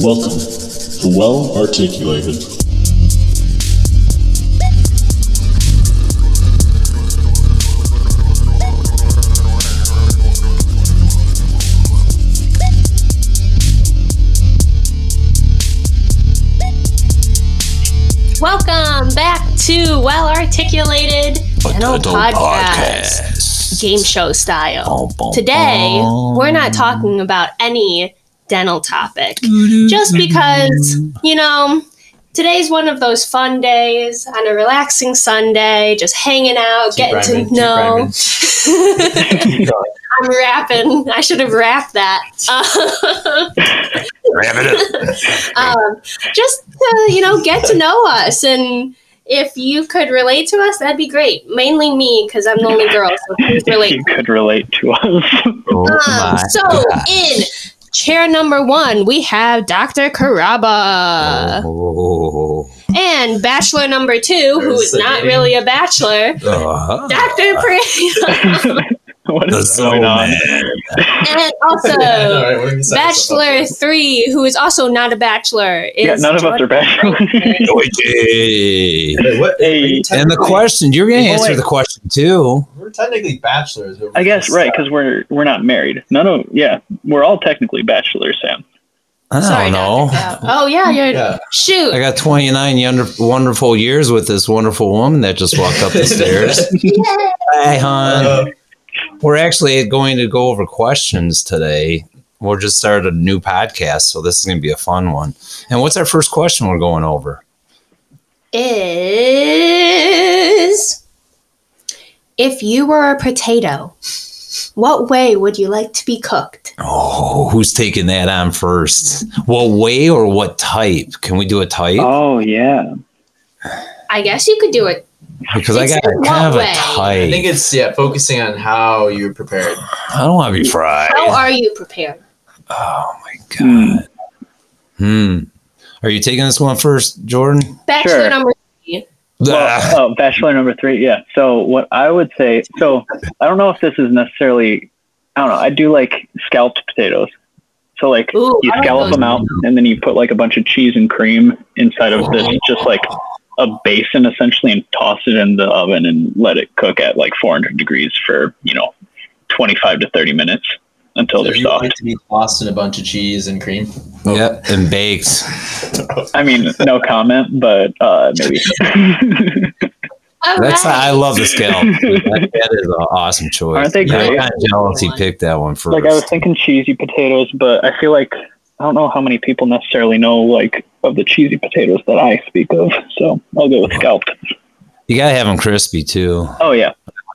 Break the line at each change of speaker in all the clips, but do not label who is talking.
Welcome to Well Articulated.
Welcome back to Well Articulated Adult Podcast, game show style. Today, we're not talking about any dental topic just because, you know, today's one of those fun days on a relaxing Sunday, just hanging out, getting to know. I'm rapping. I should have rapped that. um, just to, you know get to know us and if you could relate to us that'd be great mainly me because i'm the only girl so please relate
you could relate to us.
Oh
um, so in chair number one we have dr karaba
Oh.
and bachelor number two who is not really a bachelor
Uh-huh. Oh
dr priya
what
The
is going
zone
on?
and also bachelor three who is also not a bachelor
Yeah,
is
none of us are bachelors. Hey,
And the question, you're going to
Well,
answer
wait.
the question too.
We're technically bachelors. but
I guess
we're
right because we're we're not married. None of yeah, we're all technically bachelors, Sam.
I don't
Sorry,
know.
Dr. Cal. Oh yeah, you're
Yeah.
shoot.
I got 29 yonder- wonderful years with this wonderful woman that just walked up the stairs. Hi, hon.
Uh,
We're actually going to go over questions today. We're just started a new podcast, so this is going to be a fun one. And what's our first question we're going over?
is if you were a potato, what way would you like to be cooked?
Oh, who's taking that on first? What way or what type? Can we do a type?
Uh,
Oh yeah,
I guess you could do it.
because I
it's
got
in
kind of
what
a
way?
I think
type.
it's yeah, focusing on how you're prepared.
I don't want to be fried.
How are you prepared?
Oh my
Hmm.
god. Hmm. Are you taking this one first, Jordan?
Bachelor
Sure.
number
Ah,
Well, oh, bachelor number three. Yeah. So what I would say, so I don't know if this is necessarily, I don't know. I do like scalloped potatoes. So like
Ooh,
you
I like
scallop
those.
them out, and then you put like a bunch of cheese and cream inside of this, just like a basin essentially, and toss it in the oven and let it cook at like 400 degrees for you know 25 to 30 minutes until they're
you want it
soft.
to be lost in a bunch of cheese and cream.
uh,
Yep, and baked.
I mean, no comment, but uh, maybe.
All
That's
right.
I love the scallop. that, that is an awesome choice.
Aren't they
Yeah,
great?
I'm kind of jealous he picked that one first.
like I was thinking cheesy potatoes, but I feel like I don't know how many people necessarily know like of the cheesy potatoes that I speak of. So I'll go with scalped.
you gotta have them crispy too.
Oh yeah,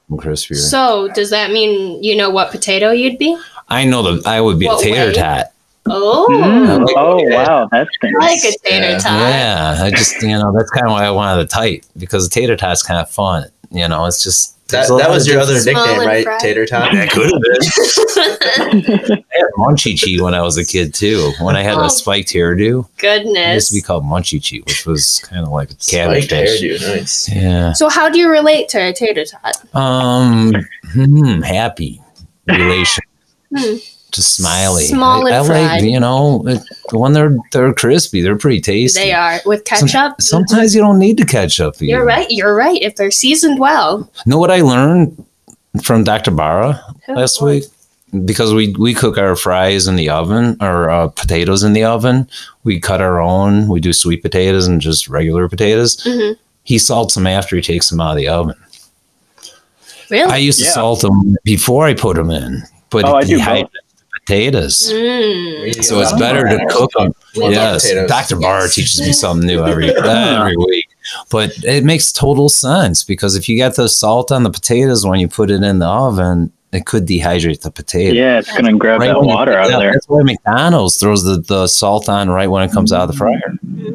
Them Crispier.
So does that mean you know what potato you'd be?
I know that I would be a
What
tater
way?
tot.
Oh,
Mm. oh
Yeah.
wow, that's
I like
fancy.
a tater
Yeah.
tot.
Yeah, I just you know that's kind of why I wanted the type because the tater tot's kind of fun. You know, it's just
That,
there's a
that
lot
was
of
your
different-
other
Small
nickname,
and
right?
fried.
Tater tot.
That could have been. I had Munchie Chi when I was a kid too. When I had
Oh.
a spiked hairdo, it used
Goodness.
to be called Munchie Chi, which was kind of like a cabbage
Spiked
dish.
hairdo, nice.
Yeah.
so how do you relate to a tater tot?
Um. Hmm, happy relation.
Hmm.
Just smiley.
Small and
I, I like
fried.
you know it- when they're they're crispy. They're pretty tasty.
They are with
Some-
ketchup.
sometimes you don't need to ketchup. either.
You're right. You're right. If they're seasoned well.
Know what I learned from Dr. Barra
Oh,
last
boy.
week? Because we, we cook our fries in the oven or uh, potatoes in the oven. We cut our own. We do sweet potatoes and just regular potatoes.
Mhm.
He salts them after he takes them out of the oven.
Really?
I used to
Yeah.
salt them before I put them in, but
Oh, I
he
do
hides
both.
the potatoes.
Mm.
So it's
Oh.
better to cook them.
We love
yes,
potatoes.
Dr. Barr
Yes.
teaches me something new every every week, but it makes total sense because if you got the salt on the potatoes when you put it in the oven, it could dehydrate the potato.
Yeah, it's gonna grab
Right
that
when you
water
pick it
out
up.
of there.
That's why McDonald's throws the, the salt on right when it comes out of the fryer.
Mm.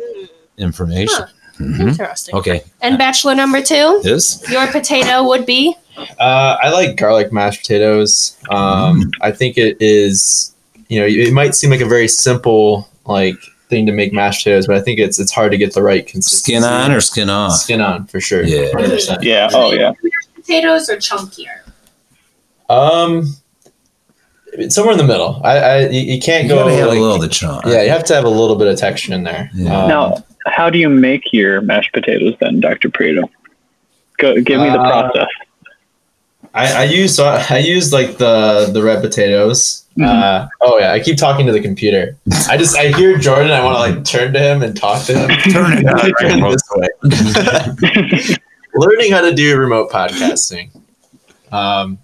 Information.
Huh.
Mhm.
Interesting.
Mm-hmm. Okay.
And bachelor number two,
This.
your potato would be
Uh, I like garlic mashed potatoes. Um,
Mm.
I think it is, you know, it might seem like a very simple like thing to make mashed potatoes, but I think it's it's hard to get the right consistency.
Skin on or skin off?
skin on for sure.
Yeah.
100%.
Yeah. Oh yeah.
potatoes are chunkier.
Um, somewhere in the middle. I, I you, you can't
You
go
gotta have
like-
a little of the chunk.
yeah, you have to have a little bit of texture in there.
Yeah.
Um,
Now, how do you make your mashed potatoes then, Dr. Prieto? Go, give me the
Uh,
process.
I, I use so I, I use like the the red potatoes. Uh, oh yeah, I keep talking to the computer. I just I hear Jordan. I want to like turn to him and talk to him.
Turn it on,
Turn
Rambo.
this way. Learning how to do remote podcasting. Um,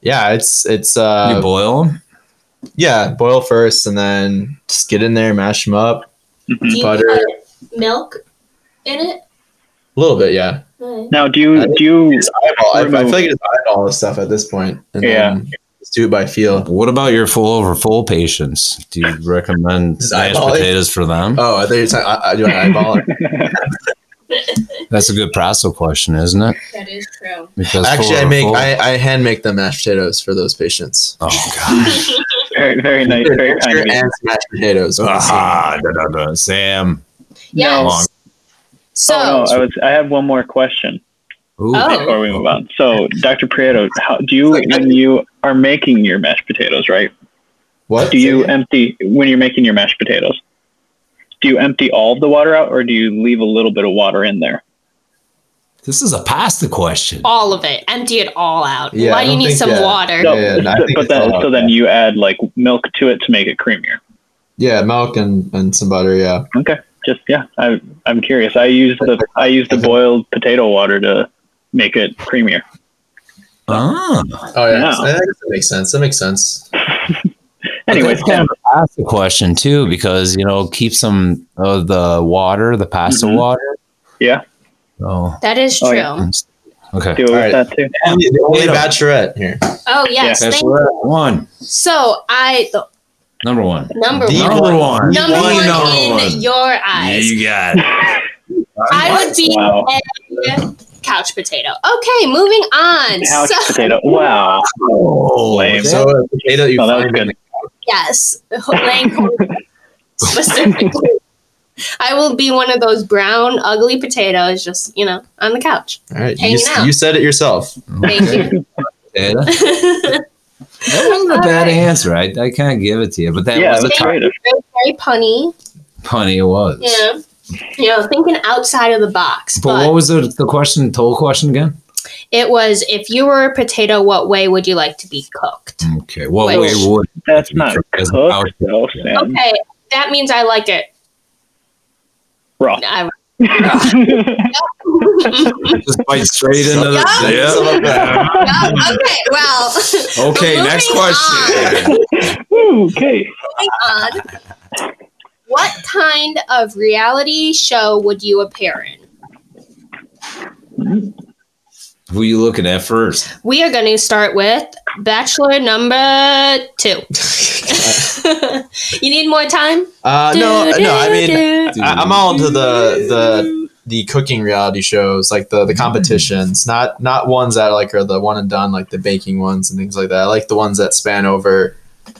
yeah, it's it's uh,
you boil 'em?
yeah, boil first and then just get in there, mash them up,
Do you
butter a
put milk in it?
little bit. Yeah,
Alright.
Now, do
I
you
think
do you
Just eyeball- I, I feel
Remove.
like it's eyeball this stuff at this point. And
Yeah.
then just do it by feel.
What about your full over full patients? Do you recommend
Just
mashed
eyeball it.
potatoes for them?
Oh, I thought you were talking. I, I do an eyeball. it.
That's a good prosso question, isn't it?
That is true.
Because
Actually,
full
I
over
make
full-
I, I hand make the mashed potatoes for those patients.
oh god.
very very nice, very kind of you.
and mashed potatoes.
Ah, da, da, da. Sam.
Yes.
Long.
So
Oh, no, I was I have one more question.
Ooh.
Oh.
before we move on. So, Dr. Prieto, how do you when you are making your mashed potatoes, right?
What
Do you empty when you're making your mashed potatoes? Do you empty all of the water out, or do you leave a little bit of water in there?
This is a pasta question.
all of it. Empty it all out.
Yeah, I
Why do you
don't
need
think-
some
yeah.
water?
No,
Yeah, no, I think
but
it's
then,
all out,
so then you add like milk to it to make it creamier.
Yeah, milk and, and some butter. Yeah,
Okay, just yeah, I, I'm curious. I use the I use the boiled potato water to make it creamier.
Ah.
oh yeah,
Yeah.
I think that makes sense. That makes sense.
Anyway,
That's kind of a pasta question too, because you know, keep some of the water, the pasta
Mhm.
water.
Yeah.
Oh.
That is
Oh,
true.
yeah.
Okay.
do it with
Alright.
that too.
Only, the only bachelorette here.
Oh yes.
That's
thank-
one.
so I the
Number one.
number
The
one.
Number one.
Number
Only
one
number
in
one.
your eyes.
you got it.
I would be
Wow.
a couch potato. Okay, moving on.
Couch
so
potato. Wow.
Oh,
Lame.
So a potato you
Oh, that was
find-
good.
yes, Lang- specifically, I will be one of those brown, ugly potatoes, just you know, on the couch.
All right, you,
Hanging out.
you said it yourself.
Thank you.
Yeah. That wasn't a bad answer. I, I can't give it to you, but that
yeah,
was a
that's
top
creative.
Very punny.
punny. It was.
Yeah. You know, thinking outside of the box.
But
But
what was the, the question, toll question again?
it was if you were a potato, what way would you like to be cooked?
Okay. What
Wait.
way would
That's not
As an
cooked,
outfit.
though, Sam.
Okay, that means I like it.
Raw.
I,
just bite straight into the
Yeah.
Oh, okay, well,
Yeah. Okay,
Moving
next
on.
question.
Ooh, okay.
moving on. uh, What kind of reality show would you appear in?
Who you looking at first?
We are going to start with Bachelor number two. you need more time?
Uh, no, no. I mean, I, I'm all into the the the cooking reality shows, like the the competitions, not not ones that like are the one and done, like the baking ones and things like that. I like the ones that span over,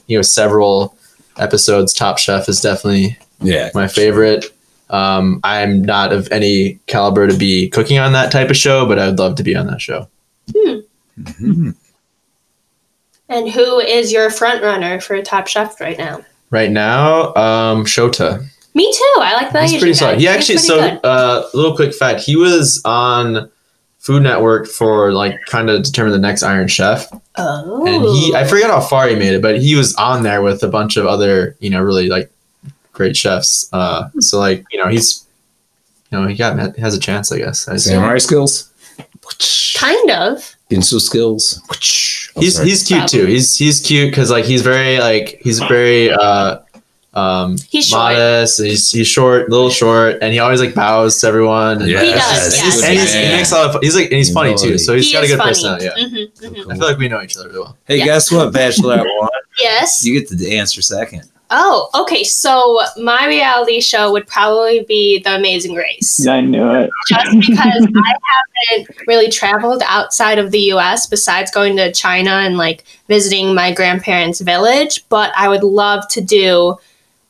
you know, several episodes. Top Chef is definitely
Yeah.
my favorite. Um, I'm not of any caliber to be cooking on that type of show, but I would love to be on that show.
And who is your front runner for Top Chef right now?
Right now, um, Shota.
Me too. I like that.
He's pretty solid. He actually so uh little quick fact, he was on Food Network for like kind of determine the next Iron Chef.
oh.
And he I forget how far he made it, but he was on there with a bunch of other, you know, really like great chefs. Uh so like, you know, he's you know, he got he has a chance, I guess. I assume.
Samurai skills.
kind of.
Ginsu skills.
He's he's cute too. He's he's cute cuz like he's very like he's very uh um
He's short.
modest. He's he's short, little short, and he always like bows to everyone. and-
He does,
And he's, and he's, he makes a lot of He's like, and he's funny too. So Oh, he's
He
got a
is
good
funny.
personality. Yeah.
Mhm, mhm.
I feel like we know each other really well.
Hey,
Yeah.
guess what, Bachelorette one?
Yes.
You get to answer second.
Oh, okay. So my reality show would probably be The Amazing Race.
I knew it.
Just because I haven't really traveled outside of the US besides going to China and like visiting my grandparents' village, but I would love to do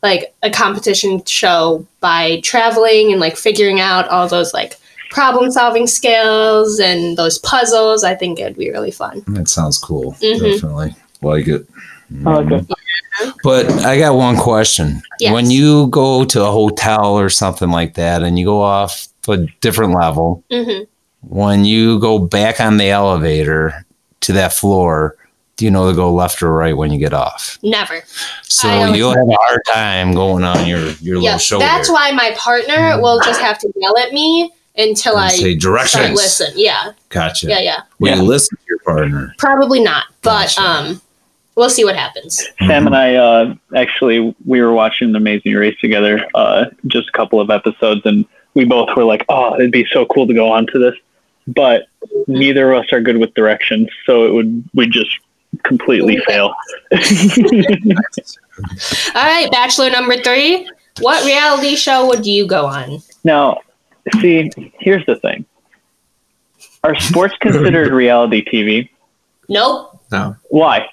like a competition show by traveling and like figuring out all those like problem solving skills and those puzzles. I think it'd be really fun.
That sounds cool.
Mhm.
Definitely. like it.
I like it.
But I got one question.
Yes.
When you go to a hotel or something like that and you go off to a different level,
Mhm.
when you go back on the elevator to that floor, do you know to go left or right when you get off?
Never.
So
I always-
you'll have a hard time going on your, your little
Yeah,
shoulder. Mm-hmm.
that's why my partner will just have to yell at me until
and
I
say
start
directions.
listen. Yeah,
Gotcha.
yeah, yeah.
Will
Yeah.
you listen to your partner?
Probably not, but
Gotcha.
um, we'll see what happens.
Sam and I uh, actually we were watching the Amazing Race together, uh, just a couple of episodes, and we both were like, "Oh, it'd be so cool to go on to this," but neither of us are good with directions, so it would we just completely fail.
All right, bachelor number three. What reality show would you go on?
Now, see, here's the thing: are sports considered reality TV?
Nope,
No,
Why?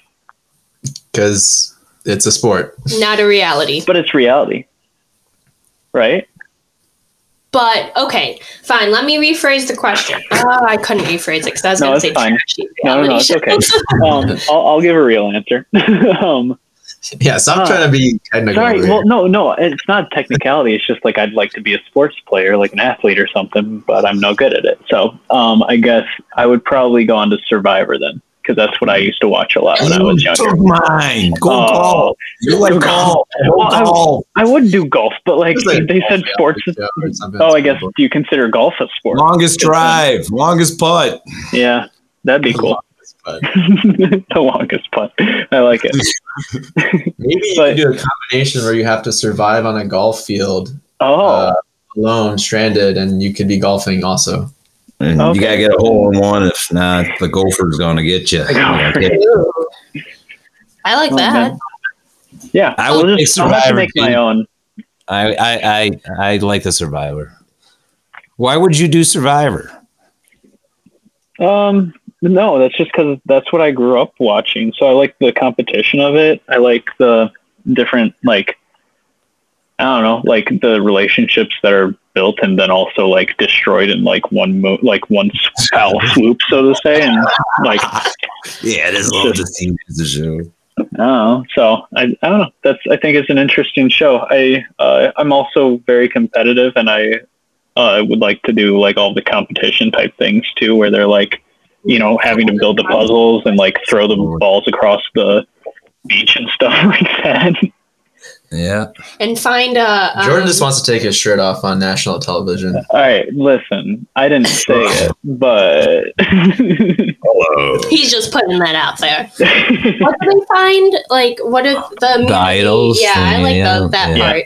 because it's a sport.
not a reality.
But it's reality, right?
But okay, fine. Let me rephrase the question. Oh, I couldn't rephrase it because I was
No,
going to
it's
say
fine.
trashy
No, no, no,
reality
it's
show.
okay. Um, I'll, I'll give a real answer. um,
Yeah, stop
Uh,
trying to be technical.
Sorry,
over here.
well, no, no, it's not technicality. It's just like I'd like to be a sports player, like an athlete or something, but I'm no good at it. So um, I guess I would probably go on to Survivor then, because that's what I used to watch a lot when I was younger.
Took mine. Go
Oh.
golf. You like golf. Go
Well, I-
golf.
I would do golf, but like
It's like
they said,
golf
sports. Is,
show or something.
oh, I guess do you consider golf a sport?
Longest drive. Longest putt.
Yeah, that'd be cool.
But
the longest putt. I like it.
maybe you
But-
could do a combination where you have to survive on a golf field
Oh,
uh, alone, stranded, and you could be golfing also.
And
Okay.
You gotta get a hole in one. If not, the gopher's gonna get you.
Ooh. I like
Oh,
that.
man. yeah.
I
I'll
would
just
say
I'll have to
Survivor,
make my
dude.
own.
I, I I I like the Survivor. Why would you do Survivor?
Um, no, that's just because that's what I grew up watching. So I like the competition of it. I like the different, like, I don't know, like the relationships that are built and then also like destroyed in like one mo- like one s- foul swoop, so to say. And like, I
Yeah, it is
love to
see the show.
don't know. Oh, So I, I don't know. That's I think it's an interesting show. I uh, I'm also very competitive, and I uh, would like to do like all the competition type things too, where they're like, you know, having to build the puzzles and like throw the balls across the beach and stuff like that.
Yeah.
And find a um,
Jordan just wants to take his shirt off on national television.
All right, listen, I didn't say it, but
Hello.
He's just putting that out there. What do they find? Like, what are the,
The idols
Yeah, I
thing,
like
yeah,
the, that
yeah.
part.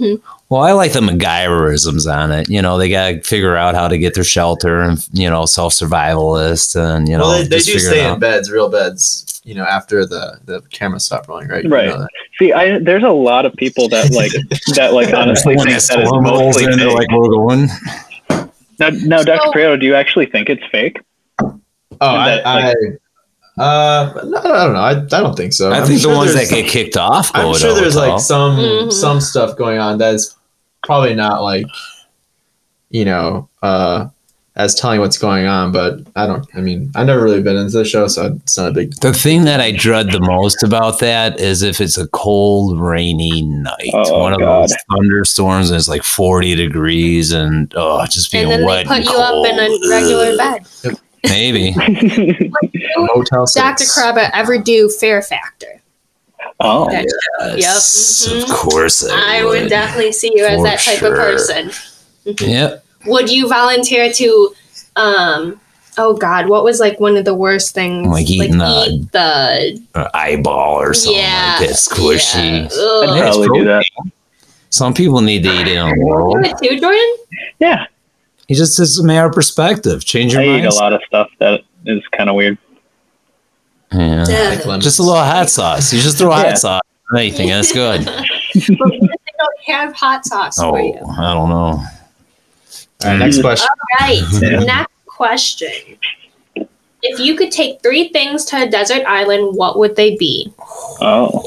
hmm
Well, I like the MacGyverisms on it. You know, they gotta figure out how to get their shelter and you know, self survivalist and you know,
well, they, they
just
do
figure it
stay in
out.
beds, real beds, you know, after the, the camera stopped rolling, right? You
Right.
know that.
see, I there's a lot of people that like that like honestly
When
think
that
that is
storm rolls
mostly
in, they're
fake.
like we're going.
now, now, Dr.
So-
Prieto, do you actually think it's fake?
Oh, I,
That,
I, uh, no, I don't know. I, I don't think so.
I
I'm
think
sure
the ones that
there's-
get kicked off go
I'm
to
sure there's
hotel.
like some
Mhm.
some stuff going on that's probably not like you know uh as telling what's going on, but I don't. I mean, I've never really been into the show, so it's not a big.
The thing that I dread the most about that is if it's a cold, rainy night,
Oh,
one of
God.
those thunderstorms, and it's like forty degrees, and oh, just
And
being
then they
wet.
put
and
you up in
cold.
a regular bed.
Maybe
Motel
Dr.
Six.
Caraba ever do Fair Factor?
oh,
That-
yes,
mhm.
of course. I,
I would definitely see you as
For
that type
sure.
of person.
Yep.
Would you volunteer to, um, oh God, what was like one of the worst things?
Like eating a-
eat the
An uh, eyeball or something
yeah,
like that.
yeah.
Squishy.
Ugh.
I'd
Hey, it's
probably do
cool.
that.
Some people need to eat it in the world.
You would too, Jordan?
Yeah,
It just is a matter of perspective. Change your
I eat
mind.
a lot of stuff that is kind of weird.
Yeah.
Like lemons.
Just a little hot sauce. You just throw
Yeah.
hot sauce. on Anything that's good.
but they don't have hot sauce
Oh,
for you.
I don't know.
All right, next question.
Right.
Yeah.
Next question. If you could take three things to a desert island, what would they be?
Oh,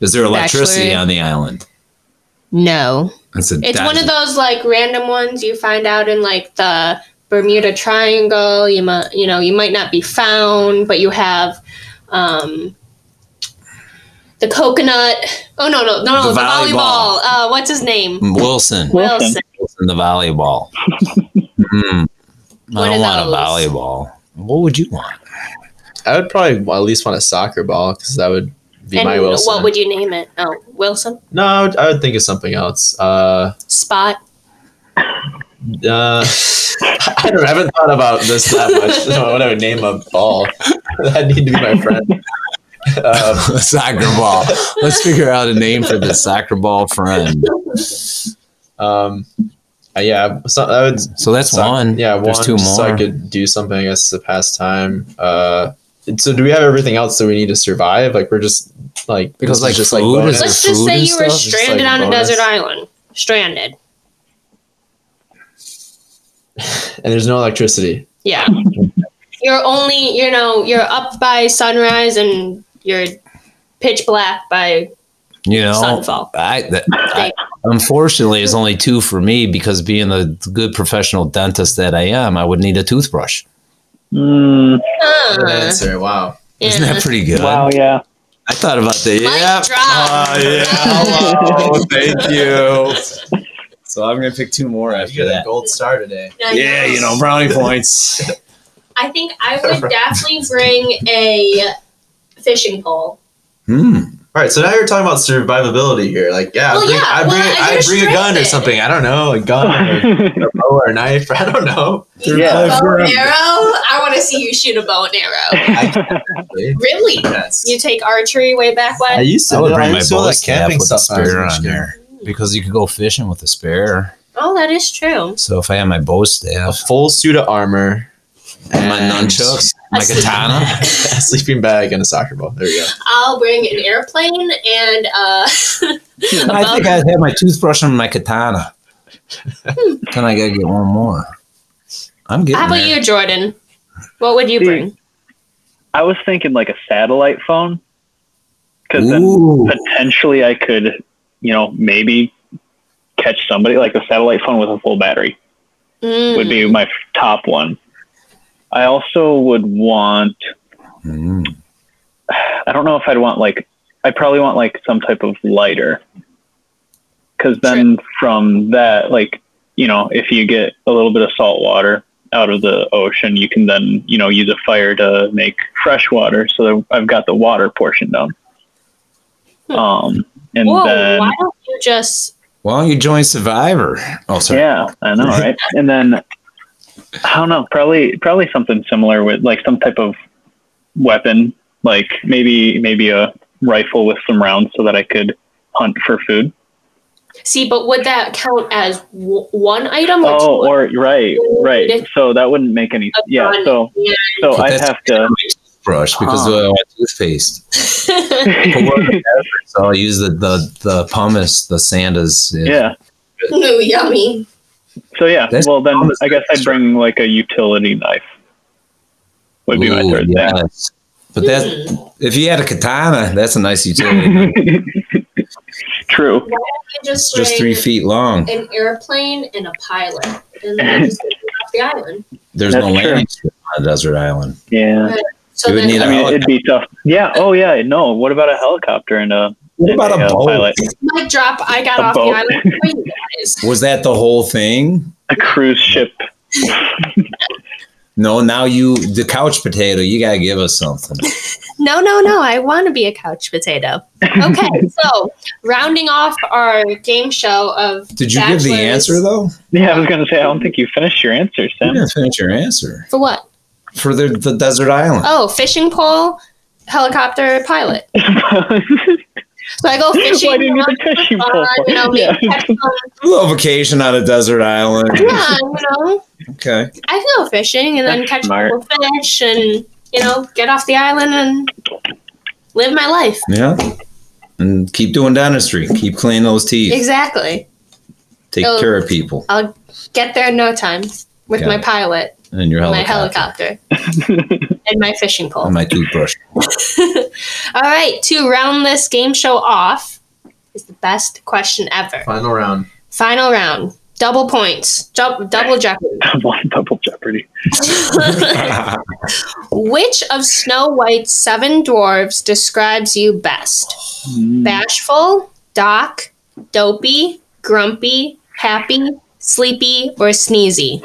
Is there electricity
Actually-
on the island?
No.
That's a
It's one of
desert.
those like random ones you find out in like the Bermuda Triangle. You might, you know, you might not be found, but you have um, the coconut. Oh no, no, no, no,
The
the, volleyball.
volleyball.
Uh, what's his name?
Wilson.
Wilson.
Wilson, the volleyball. Mm.
One
I
of
don't want a
those.
volleyball. What would you want?
I would probably at least want a soccer ball because that would be my
And
Wilson.
what would you name it? Oh, Wilson
no, I would, I would think of something else. Uh,
Spot.
uh, I, don't, I haven't thought about this that much. No, what I would name a ball. That need to be my friend. Uh,
soccer ball. Let's figure out a name for the soccer ball friend.
um, uh, yeah, so I would.
So that's
so-
one.
Yeah,
There's
one.
two more.
So I could do something. I guess to pass time. Uh, so do we have everything else that we need to survive? Like we're just like
Because,
this is
like,
just
food
bonus?
Is there
Let's just
food
say
and
you were
stuff? Just,
like,
stranded on a
bonus?
desert island. Stranded.
and there's no electricity.
Yeah. you're only, you know, you're up by sunrise and you're pitch black by
you know,
sunfall.
I, that, I unfortunately it's only two for me because being the good professional dentist that I am, I would need a toothbrush.
Mm,
Uh,
Good answer. Wow.
Isn't
yeah.
that pretty good?
wow, yeah.
I thought about that.
Mic
Yeah.
drop.
Ah, Hello. Thank you. So I'm gonna pick two more
You get a gold star today.
I
Yeah,
know.
you know, brownie points.
I think I would definitely bring a fishing pole.
Hmm.
All right, so now you're talking about survivability here. Like, yeah,
Well,
I bring,
yeah,
I bring,
well,
I
you're
bring a gun or
stranded.
something. I don't know, a gun or a bow or a knife. I don't know.
Yeah.
Bow and arrow? I want to see you shoot a bow and arrow. Really?
Yes.
You take archery way back
I
when?
used to.
I would
know-
bring
I
my
used to do all
bow
that
staff
camping
with a
stuff when I was
spear
in
on there
Michigan.
because you could go fishing with a spear.
Oh, that is true.
So if I had my bow
A
staff,
full suit of armor,
my
and
nunchucks, my
sleeping
katana,
a sleeping bag, and a soccer ball. There you go.
I'll bring an airplane and uh,
I think I'd have my toothbrush and my katana. then I gotta get one more. I'm getting.
How about
there.
you, Jordan? What would you bring?
I was thinking like a satellite phone because then
Ooh.
potentially I could, you know, maybe catch somebody like a satellite phone with a full battery.
Mm.
would be my f- top one. I also would want.
Mm.
I don't know if I'd want like. I probably want like some type of lighter. Because then from that, like you know, if you get a little bit of salt water out of the ocean, you can then you know use a fire to make fresh water. So that I've got the water portion down. Um, and
Hmm. Whoa,
then
why don't you just
Why don't you join Survivor? Oh, sorry.
Yeah, I know, right? and then I don't know, probably probably something similar with like some type of weapon, like maybe maybe a rifle with some rounds so that I could hunt for food.
see? But would that count as w- one item? Or two?
Oh, or right, right. So that wouldn't make any.
A
Yeah.
gun.
So
Yeah.
so
But
I'd
that's-
have to.
Brush because
Huh.
uh, I want toothpaste. But what about the effort? so I'll use the the the pumice, the sand is
yeah.
Ooh, yummy.
So yeah.
That's-
well then, I guess I'd bring like a utility knife. Would be my
Ooh,
third thing.
yes. But that
Mm.
if you had a katana, that's a nice utility.
True.
You just,
it's just three
bring
feet long.
An airplane and a pilot, and then you just get off the island.
There's no
That's true.
landing strip on a desert island.
Yeah.
So
You would
then
need
I
a-
mean, it'd be tough. Yeah. Oh yeah. No. What about a helicopter and a
What
and
about a boat?
pilot?
mic drop. I got
A
off
boat.
the island for you guys.
Was that the whole thing?
a cruise ship.
No, now you the couch potato. You gotta give us something.
No, no, no. I want to be a couch potato. Okay, so rounding off our game show of
Did you give the
Bachelor's-
answer though?
Yeah, I was gonna say I don't think you finished your answer,
You
Sam.
didn't finish your answer
for what?
for the the desert island.
Oh, fishing pole, helicopter, pilot. So I go fishing.
Why didn't you
around
think fishing
for
pole?
fun, You know, maybe
Yeah.
catch some-
Little vacation on a desert island.
yeah, you know,
Okay.
I go fishing and then
That's
catch
smart.
a couple fish and you know get off the island and live my life.
Yeah. And keep doing dentistry. Keep cleaning those teeth.
Exactly.
Take
Oh.
care of people
Get there in no time with
Got
my
it.
pilot,
and your
my
helicopter,
helicopter, and my fishing pole.
and
Mm.
my toothbrush.
All right, to round this game show off is the best question ever.
Final round.
Final round. Double points. Dou- double jeopardy.
Double, double Jeopardy.
Which of Snow White's seven dwarves describes you best?
Hmm.
Bashful, Doc, Dopey, Grumpy, Happy, Sleepy, or Sneezy?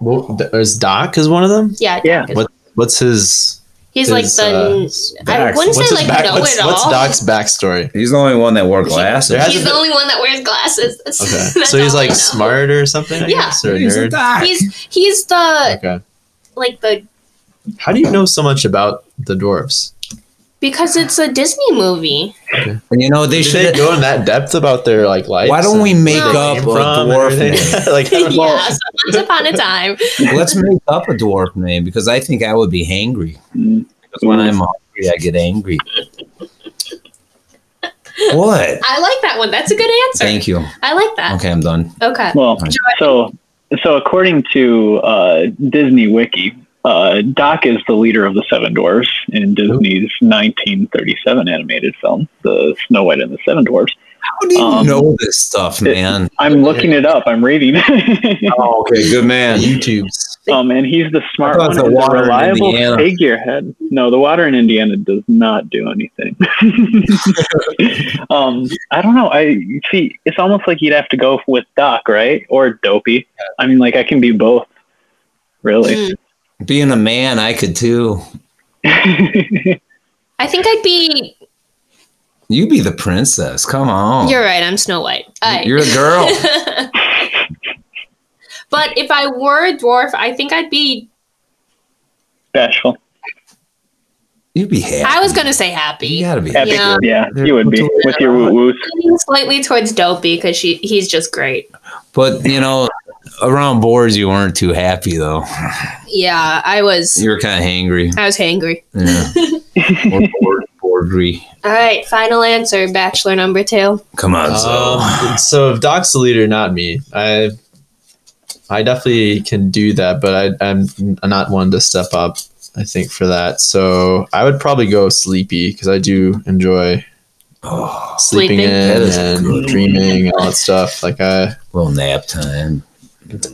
Well, th- is Doc is one of them?
Yeah.
Yeah.
Doc is-
What what's his
He's
his,
like the.
uh,
I wouldn't
what's
say
his
like
back,
know
what's,
it all.
what's Doc's backstory?
He's the only one that wore glasses.
There
He's
hasn't
the
been-
only one that wears glasses. That's-
Okay.
that's
so he's
all I
like
know.
smart or something? I
Yeah.
guess, or a
He's a
nerd?
doc.
He's he's the
Okay.
like the
How do you know so much about the dwarves?
because it's a Disney movie.
And you know they
Did
should.
they go in that depth about their like life?
Why don't we make
No.
up a dwarf name?
like, I don't know.
yeah, so once upon a time.
Let's make up a dwarf name because I think I would be hangry.
Mm.
Because when I'm hungry, I get angry. What?
I like that one. That's a good answer.
Thank you.
I like that.
Okay, I'm done.
Okay.
Well,
Right.
so so according to uh, Disney Wiki, uh, Doc is the leader of the Seven Dwarfs in Disney's 1937 animated film, The Snow White and the Seven Dwarfs.
How do you
Um,
know this stuff,
it-
man?
I'm looking it up. I'm reading.
Oh, okay, good man.
YouTube's.
um, and he's the smart
I thought
one,
the
and
water in
reliable
Indiana.
figurehead. No, the water in Indiana does not do anything. um, I don't know. I see. It's almost like you'd have to go with Doc, right, or Dopey. I mean, like I can be both, really.
Mm.
Being a man, I could too.
I think I'd be.
You be the princess. Come on.
You're right. I'm Snow White. All right.
You're a girl.
but if I were a dwarf, I think I'd be.
Bashful.
You'd be happy.
I was gonna say
You
happy.
gotta be.
Epic.
Yeah.
Yeah, you would be with your woot woos.
Leaning Slightly towards Dopey because she he's just great.
But you know, around boards, you weren't too happy though.
Yeah, I was.
You were kind of hangry.
I was hangry.
Yeah. or bored, boredry.
All right, final answer, Bachelor number two.
Come on, so
Um, so if Doc's the leader, not me. I I definitely can do that, but I, I'm not one to step up. I think for that, so I would probably go sleepy because I do enjoy sleeping,
Oh.
Sleeping.
That is
in
a good
and dreaming and all that stuff. Like I,
little nap time.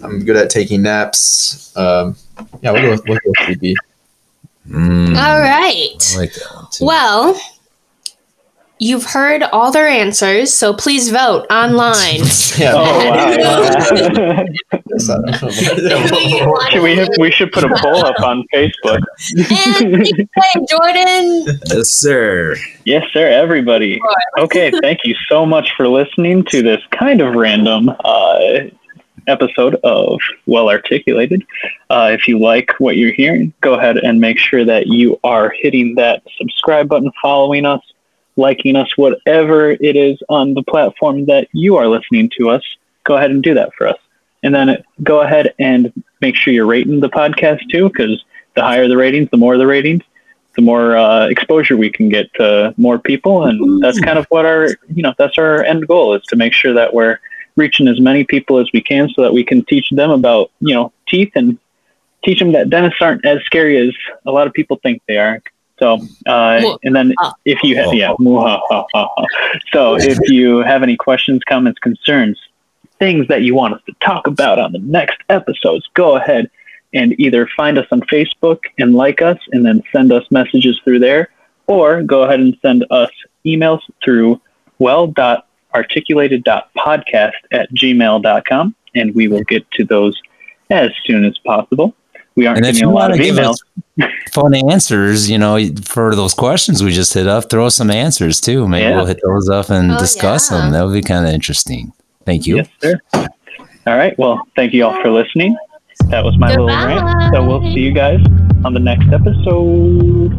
I'm good at taking naps. Um, yeah, we'll go, with- we'll go with sleepy.
Mm,
All right.
I like that one too.
Well, you've heard all their answers, so please vote online.
Yeah.
Oh wow!
and
Should we have, we should put a poll up on Facebook.
TK Jordan.
yes, sir.
Yes, sir, everybody. Okay, thank you so much for listening to this kind of random uh, episode of Well Articulated. Uh, if you like what you're hearing, go ahead and make sure that you are hitting that subscribe button, following us, liking us, whatever it is on the platform that you are listening to us. Go ahead and do that for us. And then go ahead and make sure you're rating the podcast too, because the higher the ratings, the more the ratings the more uh, exposure we can get to more people and that's kind of what our you know that's our end goal is to make sure that we're reaching as many people as we can so that we can teach them about you know teeth and teach them that dentists aren't as scary as a lot of people think they are so uh,
Well,
and then
uh,
if you have yeah muhahaha. so if you have any questions comments concerns things that you want us to talk about on the next episodes go ahead and either find us on Facebook and like us and then send us messages through there, or go ahead and send us emails through well.articulated.podcast at gmail.com and we will get to those as soon as possible. We aren't
And if
getting
you
a lot
want
of
to give
emails.
us fun answers, you know, for those questions we just hit up, throw us some answers too. Maybe
Yeah.
we'll hit those up and
Oh,
discuss
yeah.
them. That would be kind of interesting. Thank you.
Yes, sir. All right. Well, thank you all for listening. That was my little
Goodbye.
rant. So we'll see you guys on the next episode.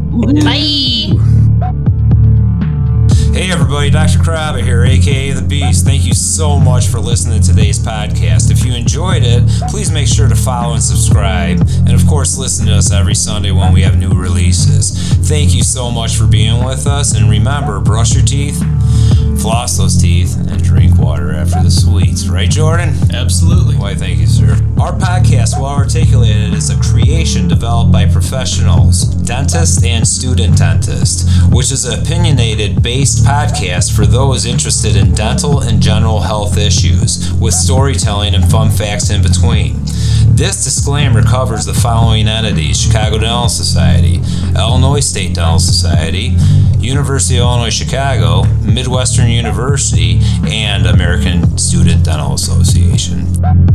Bye.
Hey everybody, Dr. Krabbe here, aka The Beast. Thank you so much for listening to today's podcast. If you enjoyed it, please make sure to follow and subscribe. And of course, listen to us every Sunday when we have new releases. Thank you so much for being with us, and remember, brush your teeth, floss those teeth and drink water after the sweets. Right, Jordan?
Absolutely.
Why, thank you, sir. Our podcast, Well Articulated, is a creation developed by professionals, dentists, and student dentists, which is an opinionated based podcast for those interested in dental and general health issues, with storytelling and fun facts in between. This disclaimer covers the following entities Chicago Dental Society, Illinois State Dental Society, University of Illinois Chicago, Midwestern University, and American Student Dental Association.